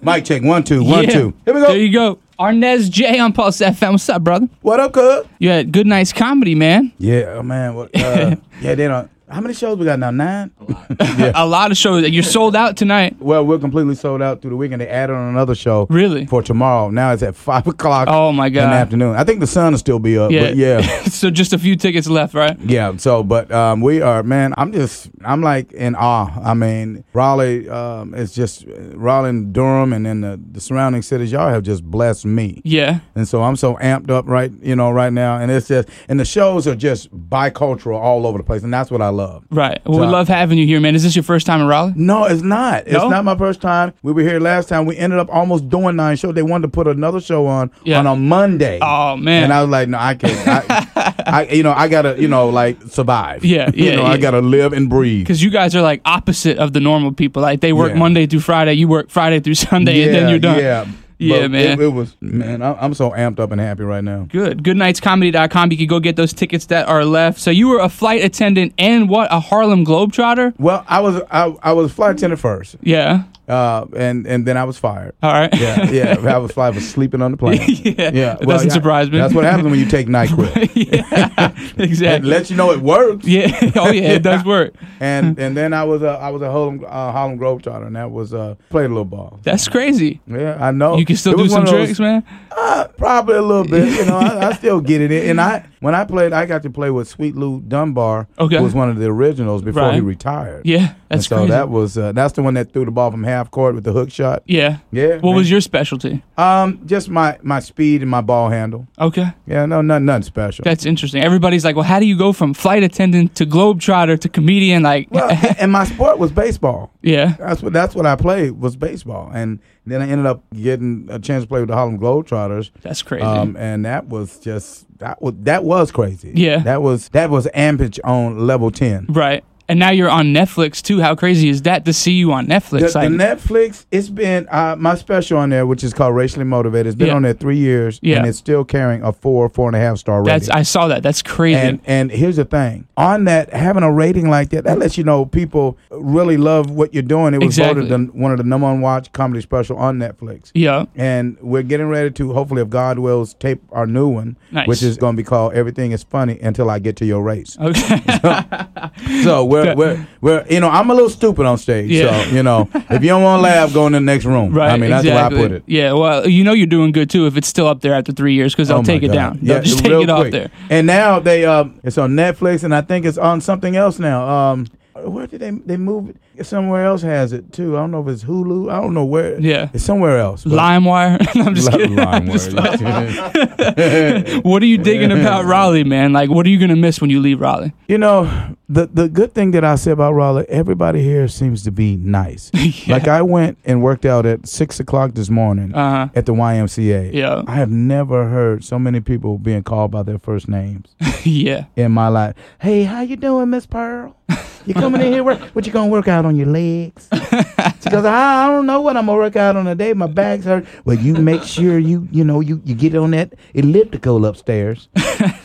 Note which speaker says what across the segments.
Speaker 1: Mic check. One, two, one,
Speaker 2: Yeah.
Speaker 1: two. Here we go.
Speaker 2: There you go. Arnez J on Pulse FM. What's up, brother?
Speaker 1: What up, cuz?
Speaker 2: You had Good Nights Comedy, man.
Speaker 1: Yeah, oh man. What, uh, yeah, they don't. How many shows we got now? Nine?
Speaker 2: A lot of shows. You're sold out tonight.
Speaker 1: Well, we're completely sold out through the weekend. They added on another show.
Speaker 2: Really?
Speaker 1: For tomorrow. Now it's at 5 o'clock
Speaker 2: Oh, my
Speaker 1: in
Speaker 2: God.
Speaker 1: the afternoon. I think the sun will still be up. But yeah.
Speaker 2: so just a few tickets left, right?
Speaker 1: Yeah, so but um, we are man. I'm just I'm like in awe. I mean, Raleigh um, is just Raleigh, and Durham, and then the, the surrounding cities. Y'all have just blessed me,
Speaker 2: Yeah.
Speaker 1: and so I'm so amped up right you know right now. And it's just and the shows are just bicultural all over the place, and that's what I love.
Speaker 2: Right. Well, we
Speaker 1: So-
Speaker 2: love having you here, man. Is this your first time in Raleigh?
Speaker 1: No, it's not. It's
Speaker 2: No?
Speaker 1: not my first time. We were here last time. We ended up almost doing nine shows. They wanted to put another show on
Speaker 2: Yeah.
Speaker 1: on a Monday.
Speaker 2: Oh, man.
Speaker 1: And I was like, no, I can't. I, I you know, I gotta, you know, like survive.
Speaker 2: Yeah,
Speaker 1: you
Speaker 2: yeah,
Speaker 1: know,
Speaker 2: yeah.
Speaker 1: I gotta live and breathe.
Speaker 2: Because you guys are like opposite of the normal people. Like they work
Speaker 1: Yeah.
Speaker 2: Monday through Friday, you work Friday through Sunday, and then you're done.
Speaker 1: Yeah,
Speaker 2: Yeah,
Speaker 1: But
Speaker 2: man.
Speaker 1: It, it was man. I, I'm so amped up and happy right now.
Speaker 2: Good. Goodnightscomedy.com. You can go get those tickets that are left. So you were a flight attendant and what? A Harlem Globetrotter?
Speaker 1: Well, I was I, I was flight attendant first,
Speaker 2: Yeah.
Speaker 1: uh, and and then I was fired.
Speaker 2: All right.
Speaker 1: Yeah, yeah. I was fly was sleeping on the plane.
Speaker 2: Yeah, it
Speaker 1: well,
Speaker 2: doesn't
Speaker 1: yeah,
Speaker 2: surprise me.
Speaker 1: That's what happens when you take Nyquil.
Speaker 2: yeah.
Speaker 1: It
Speaker 2: Exactly.
Speaker 1: lets you know it works.
Speaker 2: Yeah. Oh yeah, it does work.
Speaker 1: And and then I was a I was a Harlem uh, Harlem Grove Trotter, and that was uh, played a little ball.
Speaker 2: That's crazy.
Speaker 1: Yeah, I know.
Speaker 2: You can still
Speaker 1: Oh, It
Speaker 2: do
Speaker 1: was
Speaker 2: some
Speaker 1: one of those-
Speaker 2: tricks, man.
Speaker 1: Uh, probably a little bit. You know, I, I still get it in. And I when I played, I got to play with Sweet Lou Dunbar,
Speaker 2: Okay.
Speaker 1: who was one of the originals before he
Speaker 2: Right.
Speaker 1: retired.
Speaker 2: Yeah,
Speaker 1: And
Speaker 2: that's
Speaker 1: so
Speaker 2: crazy.
Speaker 1: that was uh, that's the one that threw the ball from half court with the hook shot.
Speaker 2: yeah.
Speaker 1: Yeah.
Speaker 2: What was your specialty?
Speaker 1: um just my my speed and my ball handle.
Speaker 2: Okay,
Speaker 1: Yeah, no, nothing nothing special.
Speaker 2: that's interesting. Everybody's like, well, how do you go from flight attendant to globetrotter to comedian? Like,
Speaker 1: well, and my sport was baseball.
Speaker 2: yeah,
Speaker 1: That's what that's what I played was baseball, and then I ended up getting a chance to play with the Harlem Globetrotters.
Speaker 2: that's crazy.
Speaker 1: Um, and that was just that was that was crazy.
Speaker 2: Yeah.
Speaker 1: that was that was ampage on level ten.
Speaker 2: right. And now you're on Netflix too. How crazy is that to see you on
Speaker 1: The,
Speaker 2: Netflix?
Speaker 1: the
Speaker 2: like,
Speaker 1: Netflix, it's been uh, my special on there, which is called Racially Motivated. It's been
Speaker 2: Yeah.
Speaker 1: on there three years,
Speaker 2: Yeah.
Speaker 1: and it's still carrying a four, four and a half star rating.
Speaker 2: that's I saw that. That's crazy.
Speaker 1: and and here's the thing on that having a rating like that that lets you know people really love what you're doing. It was
Speaker 2: Exactly.
Speaker 1: voted the, one of the number one watch comedy special on Netflix.
Speaker 2: yeah,
Speaker 1: and we're getting ready to hopefully if god wills tape our new one
Speaker 2: Nice. Uh,
Speaker 1: which is going to be called everything is funny until i get to your race
Speaker 2: okay,
Speaker 1: so we're, we're we're you know i'm a little stupid on stage
Speaker 2: Yeah.
Speaker 1: so you know if you don't want to laugh go in the next room
Speaker 2: right.
Speaker 1: i mean that's
Speaker 2: exactly.
Speaker 1: where i put it
Speaker 2: Yeah, well, you know you're doing good too if it's still up there after three years because they'll
Speaker 1: Oh, my
Speaker 2: take it
Speaker 1: God.
Speaker 2: down. They'll just take
Speaker 1: real
Speaker 2: it off
Speaker 1: quick.
Speaker 2: there.
Speaker 1: And now they um, it's on Netflix, and I think it's on something else now. Um, where did they they move it? Somewhere else has it too. I don't know if it's Hulu. I don't know where.
Speaker 2: Yeah.
Speaker 1: it's somewhere else. but-
Speaker 2: LimeWire. I'm just
Speaker 1: Li-
Speaker 2: kidding. I'm just
Speaker 1: LimeWire,
Speaker 2: like-
Speaker 1: yeah.
Speaker 2: what are you digging about Raleigh, man? Like, what are you gonna miss when you leave Raleigh?
Speaker 1: You know, the the good thing that I say about Raleigh, everybody here seems to be nice. Like I went and worked out at six o'clock this morning
Speaker 2: Uh huh.
Speaker 1: at the YMCA.
Speaker 2: Yeah.
Speaker 1: I have never heard so many people being called by their first names
Speaker 2: yeah.
Speaker 1: in my life. Hey, how you doing, Miss Pearl? You coming in here? Work? What you gonna work out on your legs? She goes, I, I don't know what I'm gonna work out on today. My back's hurt. Well, you make sure you you know you you get on that elliptical upstairs.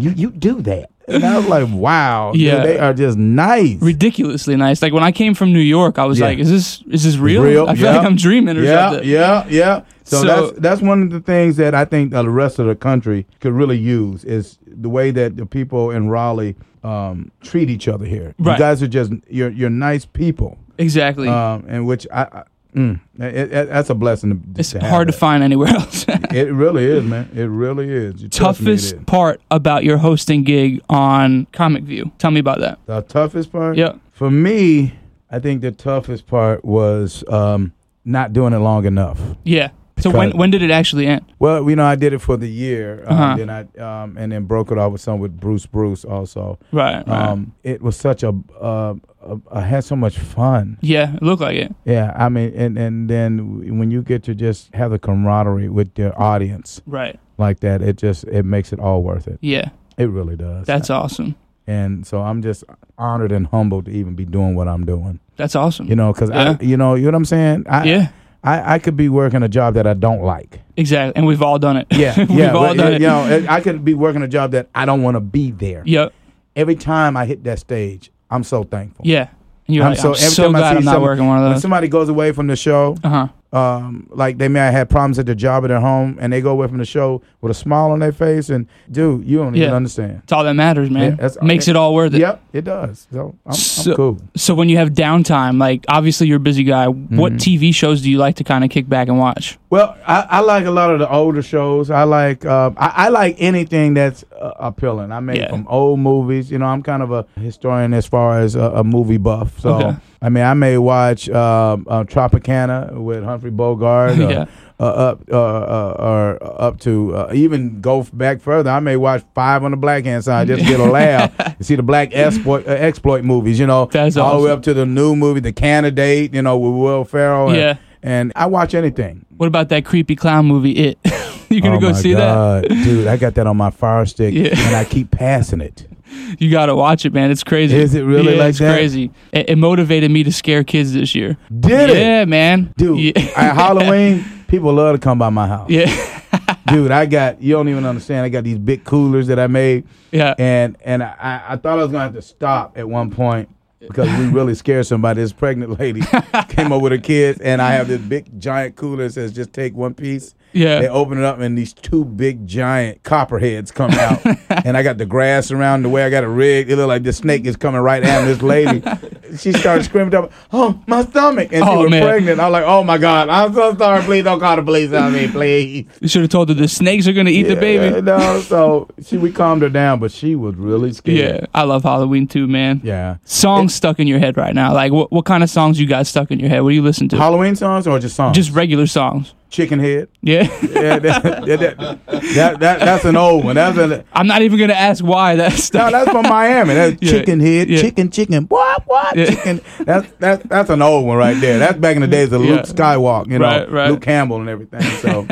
Speaker 1: you you do that. And I was like, wow, dude,
Speaker 2: Yeah.
Speaker 1: they are just nice.
Speaker 2: Ridiculously nice. Like when I came from New York, I was
Speaker 1: Yeah.
Speaker 2: like, "Is this is this real?
Speaker 1: Real,
Speaker 2: I feel
Speaker 1: yeah.
Speaker 2: like I'm dreaming or
Speaker 1: yeah,
Speaker 2: something."
Speaker 1: yeah, yeah. So,
Speaker 2: So-
Speaker 1: that's that's one of the things that I think the rest of the country could really use is the way that the people in Raleigh um, treat each other here.
Speaker 2: Right.
Speaker 1: You guys are just you're you're nice people,
Speaker 2: Exactly.
Speaker 1: um, and which I, I mm, it, it- that's a blessing. To,
Speaker 2: it's
Speaker 1: to
Speaker 2: hard to find anywhere else.
Speaker 1: find. It really is, man. It really is. You trust me, it is.
Speaker 2: Toughest part about your hosting gig on Comic View. Tell me about that.
Speaker 1: The toughest part.
Speaker 2: Yeah.
Speaker 1: For me, I think the toughest part was um, not doing it long enough.
Speaker 2: Yeah. So when
Speaker 1: Because-
Speaker 2: when did it actually end?
Speaker 1: Well, you know, I did it for the year, um,
Speaker 2: Uh-huh.
Speaker 1: then I um, and then broke it off with some with Bruce Bruce also.
Speaker 2: Right. right.
Speaker 1: Um, it was such a, uh, a I had so much fun.
Speaker 2: yeah. It looked like it.
Speaker 1: Yeah, I mean, and and then when you get to just have the camaraderie with your audience
Speaker 2: Right.
Speaker 1: like that, it just it makes it all worth it.
Speaker 2: Yeah.
Speaker 1: It really does.
Speaker 2: That's awesome.
Speaker 1: and so I'm just honored and humbled to even be doing what I'm doing.
Speaker 2: That's awesome.
Speaker 1: You know, because
Speaker 2: Yeah.
Speaker 1: I, you know, you know what I'm saying. I,
Speaker 2: yeah.
Speaker 1: I, I could be working a job that I don't like.
Speaker 2: Exactly. And we've all done it.
Speaker 1: Yeah,
Speaker 2: We've
Speaker 1: yeah.
Speaker 2: all
Speaker 1: but,
Speaker 2: done
Speaker 1: you
Speaker 2: it.
Speaker 1: know, it- I could be working a job that I don't want to be there.
Speaker 2: Yep.
Speaker 1: Every time I hit that stage, I'm so thankful.
Speaker 2: Yeah. And you're
Speaker 1: I'm
Speaker 2: like, I'm so glad I'm not
Speaker 1: someone-
Speaker 2: working one of
Speaker 1: When
Speaker 2: those.
Speaker 1: somebody goes away from the show,
Speaker 2: Uh huh.
Speaker 1: um, like they may have had problems at their job or their home, and they go away from the show with a smile on their face. And dude, you don't even
Speaker 2: Yeah.
Speaker 1: understand.
Speaker 2: It's all that matters, man.
Speaker 1: Yeah, that's-
Speaker 2: Makes it all worth it.
Speaker 1: Yep, it does. So I'm,
Speaker 2: So-
Speaker 1: I'm cool.
Speaker 2: So when you have downtime, like obviously you're a busy guy.
Speaker 1: Mm-hmm.
Speaker 2: What TV shows do you like to kind of kick back and watch?
Speaker 1: Well, I, I like a lot of the older shows. I like uh, I, I like anything that's uh, appealing. I mean,
Speaker 2: Yeah.
Speaker 1: from old movies. You know, I'm kind of a historian as far as a, a movie buff. So
Speaker 2: Okay.
Speaker 1: I mean, I may watch um, uh, Tropicana with Humphrey Bogart. Or,
Speaker 2: Yeah.
Speaker 1: Uh, up uh, uh, or up to uh, even go back further. I may watch Five on the Black Hand Side just to get a laugh and see the black exploit uh, exploit movies. You know,
Speaker 2: That's
Speaker 1: all the way
Speaker 2: awesome.
Speaker 1: up to the new movie, The Candidate. You know, with Will Ferrell. and-
Speaker 2: Yeah.
Speaker 1: and I watch anything.
Speaker 2: What about that creepy clown movie? It. you gonna
Speaker 1: Oh
Speaker 2: go
Speaker 1: my
Speaker 2: see
Speaker 1: God. dude. I got that on my Fire Stick,
Speaker 2: Yeah.
Speaker 1: and I keep passing it.
Speaker 2: that? You gotta watch it, man. It's crazy.
Speaker 1: Is it really
Speaker 2: Yeah,
Speaker 1: like
Speaker 2: it's
Speaker 1: that?
Speaker 2: crazy. It, it motivated me to scare kids this year.
Speaker 1: Did it,
Speaker 2: yeah, man.
Speaker 1: dude?
Speaker 2: Yeah.
Speaker 1: At Halloween, people love to come by my house,
Speaker 2: yeah.
Speaker 1: dude. I got you don't even understand. I got these big coolers that I made,
Speaker 2: Yeah.
Speaker 1: and and I- I, I thought I was gonna have to stop at one point. Because we really scared somebody. This pregnant lady came over with her kids, and I have this big giant cooler that says just take one piece.
Speaker 2: Yeah.
Speaker 1: They open it up, and these two big giant copperheads come out. and I got the grass around the way. I got a rig. It looked like this snake is coming right at this lady. she started screaming, up, "Oh, my stomach!" And she
Speaker 2: Oh,
Speaker 1: was
Speaker 2: man.
Speaker 1: pregnant. I was like, "Oh my god, I'm so sorry. Please don't call the police on me, please."
Speaker 2: You should have told her the snakes are gonna eat the
Speaker 1: Yeah,
Speaker 2: baby.
Speaker 1: no, so she we calmed her down, but she was really
Speaker 2: Yeah.
Speaker 1: scared.
Speaker 2: I love Halloween too, man.
Speaker 1: yeah.
Speaker 2: Songs stuck in your head right now. Like, what what kind of songs you got stuck in your head? What do you listen to?
Speaker 1: Halloween songs or just songs?
Speaker 2: Just regular songs.
Speaker 1: chicken head.
Speaker 2: Yeah.
Speaker 1: Yeah, that, that, that- that- that's an old one. That's an
Speaker 2: I'm not even gonna ask why that
Speaker 1: No,
Speaker 2: stuff.
Speaker 1: that's from Miami. That's
Speaker 2: Yeah,
Speaker 1: chicken head,
Speaker 2: yeah.
Speaker 1: chicken, chicken, what, what,
Speaker 2: Yeah.
Speaker 1: chicken. That's that's that's an old one right there. That's back in the days of
Speaker 2: Yeah.
Speaker 1: Luke Skywalker, you know,
Speaker 2: Right, right.
Speaker 1: Luke Campbell and everything. So,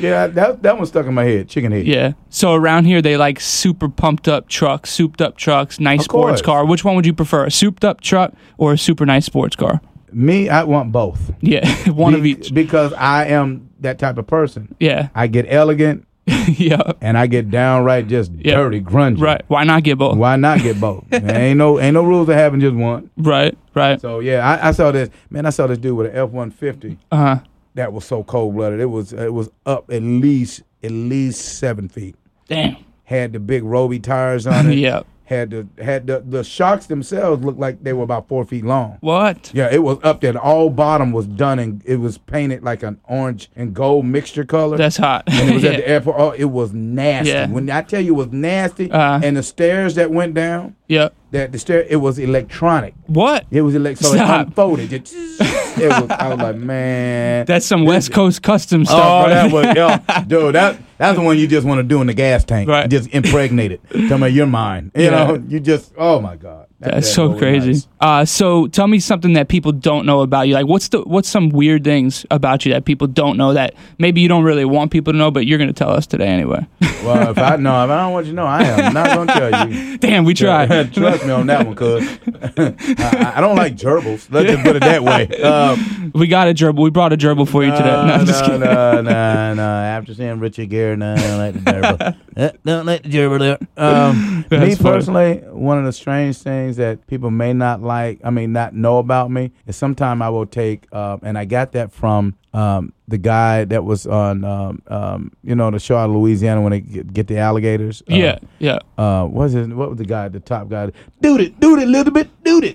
Speaker 1: yeah, that that one stuck in my head. Chicken head.
Speaker 2: Yeah. So around here they like super pumped up trucks, souped up trucks, nice
Speaker 1: Of
Speaker 2: sports
Speaker 1: course.
Speaker 2: car. Which one would you prefer? A souped up truck or a super nice sports car?
Speaker 1: Me, I want both.
Speaker 2: Yeah, one of
Speaker 1: Be-
Speaker 2: each.
Speaker 1: because I am that type of person.
Speaker 2: Yeah.
Speaker 1: I get elegant
Speaker 2: yeah.
Speaker 1: and I get downright just
Speaker 2: Yeah.
Speaker 1: dirty, grungy.
Speaker 2: Right. Why not get both?
Speaker 1: Why not get both? There ain't no ain't no rules to having just one.
Speaker 2: Right. Right.
Speaker 1: So yeah, I, I saw this man. I saw this dude with an F one fifty.
Speaker 2: Uh huh.
Speaker 1: that was so cold blooded. It was it was up at least at least seven feet.
Speaker 2: Damn.
Speaker 1: Had the big Roby tires on it.
Speaker 2: Yeah.
Speaker 1: Had the had the the shocks themselves looked like they were about four feet long.
Speaker 2: What?
Speaker 1: Yeah, it was up there. The all bottom was done and it was painted like an orange and gold mixture color.
Speaker 2: That's hot.
Speaker 1: and it was at
Speaker 2: Yeah.
Speaker 1: the airport. Oh, it was nasty.
Speaker 2: Yeah.
Speaker 1: When I tell you it was nasty,
Speaker 2: Uh-huh.
Speaker 1: and the stairs that went down,
Speaker 2: yeah.
Speaker 1: that the stair, it was electronic.
Speaker 2: What?
Speaker 1: It was electronic. So
Speaker 2: Stop.
Speaker 1: it unfolded. It, it was. I was like, man,
Speaker 2: That's some West Coast custom stuff.
Speaker 1: Oh, that
Speaker 2: right?
Speaker 1: was yo, dude. That that's the one you just want to do in the gas tank.
Speaker 2: Right.
Speaker 1: Just impregnate it. Tell me you're mine. You
Speaker 2: Yeah.
Speaker 1: know, you just. Oh my god. That
Speaker 2: That's
Speaker 1: bad boy
Speaker 2: so
Speaker 1: was
Speaker 2: crazy.
Speaker 1: nice.
Speaker 2: Uh, so tell me something that people don't know about you. Like, what's the what's some weird things about you that people don't know that maybe you don't really want people to know, but you're gonna tell us today anyway.
Speaker 1: Well, if I know, if I don't want you to know, I am not gonna tell you.
Speaker 2: Damn, we tried.
Speaker 1: Trust me on that one, cuz I, I don't like gerbils. Let's just put it that way. Um,
Speaker 2: we got a gerbil. We brought a gerbil for you today. No,
Speaker 1: no,
Speaker 2: I'm just
Speaker 1: no,
Speaker 2: kidding.
Speaker 1: no, no, no. After seeing Richard Gere, no, I don't like the gerbil. Uh, don't like the gerbil. there. Um, me
Speaker 2: That's funny.
Speaker 1: personally, one of the strange things that people may not like, I mean, not know about me, is sometimes I will take, uh, and I got that from um, the guy that was on, um, um, you know, the show out of Louisiana when they get, get the alligators. Uh,
Speaker 2: Yeah, yeah.
Speaker 1: Uh, what was his, What was the guy? The top guy? Dude it, dude it, little bit, dude it.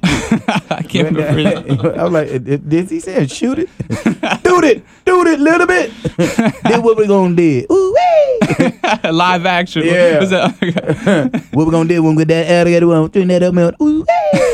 Speaker 2: I can't remember. his-
Speaker 1: I was like, "It- it- did he say shoot it? Dude it, dude it, little bit. then what we gonna do? Ooh wee.
Speaker 2: Live action.
Speaker 1: Yeah.
Speaker 2: Was that-
Speaker 1: what we gonna do when we get that alligator one? Turn that up, man. Ooh wee.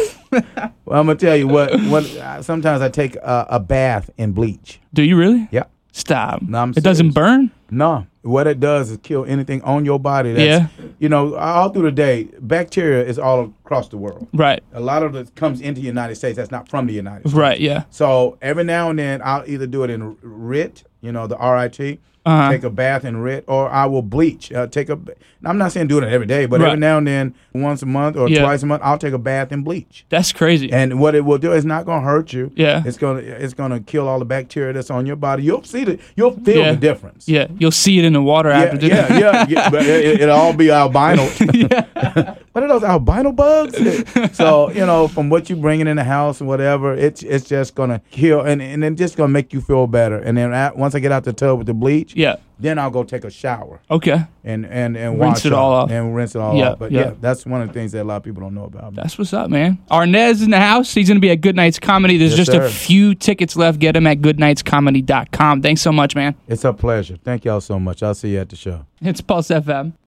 Speaker 1: well, I'm gonna tell you what. What uh, sometimes I take uh, a bath in bleach.
Speaker 2: Do you really?
Speaker 1: Yeah.
Speaker 2: Stop.
Speaker 1: No, I'm
Speaker 2: it
Speaker 1: serious.
Speaker 2: doesn't burn.
Speaker 1: No, what it does is kill anything on your body. That's, You know, all through the day, bacteria is all across the world.
Speaker 2: Right.
Speaker 1: A lot of it comes into the United States. That's not from the United States.
Speaker 2: Right. Yeah.
Speaker 1: So every now and then, I'll either do it in RIT, you know, the RIT,
Speaker 2: Uh-huh.
Speaker 1: take a bath in RIT, or I will bleach. Uh, take a. ba- I'm not saying do it every day, but
Speaker 2: Right.
Speaker 1: every now and then, once a month or
Speaker 2: Yeah.
Speaker 1: twice a month, I'll take a bath in bleach.
Speaker 2: That's crazy.
Speaker 1: And what it will do is not going to hurt you.
Speaker 2: Yeah.
Speaker 1: it's gonna it's gonna kill all the bacteria that's on your body. You'll see the you'll feel
Speaker 2: Yeah.
Speaker 1: the difference.
Speaker 2: yeah. You'll see it in the water
Speaker 1: Yeah,
Speaker 2: after.
Speaker 1: yeah, yeah, yeah, but it, it'll all be albino. what are those albino bugs? so you know, from what you bringing in the house and whatever, it's it's just gonna kill and and then just gonna make you feel better. And then at, once I get out the tub with the bleach,
Speaker 2: Yeah.
Speaker 1: then I'll go take a shower
Speaker 2: Okay.
Speaker 1: and and and
Speaker 2: Rinse
Speaker 1: wash
Speaker 2: it
Speaker 1: off
Speaker 2: all off.
Speaker 1: and rinse it all
Speaker 2: Yeah,
Speaker 1: off. But
Speaker 2: yeah.
Speaker 1: yeah. that's one of the things that a lot of people don't know about. Me.
Speaker 2: That's what's up, man. Arnez in the house. He's going to be at Good Nights Comedy. There's
Speaker 1: Yes,
Speaker 2: just
Speaker 1: sir.
Speaker 2: a few tickets left. Get them at goodnightscomedy.com. Thanks so much, man.
Speaker 1: It's a pleasure. Thank y'all so much. I'll see you at the show.
Speaker 2: It's Pulse FM.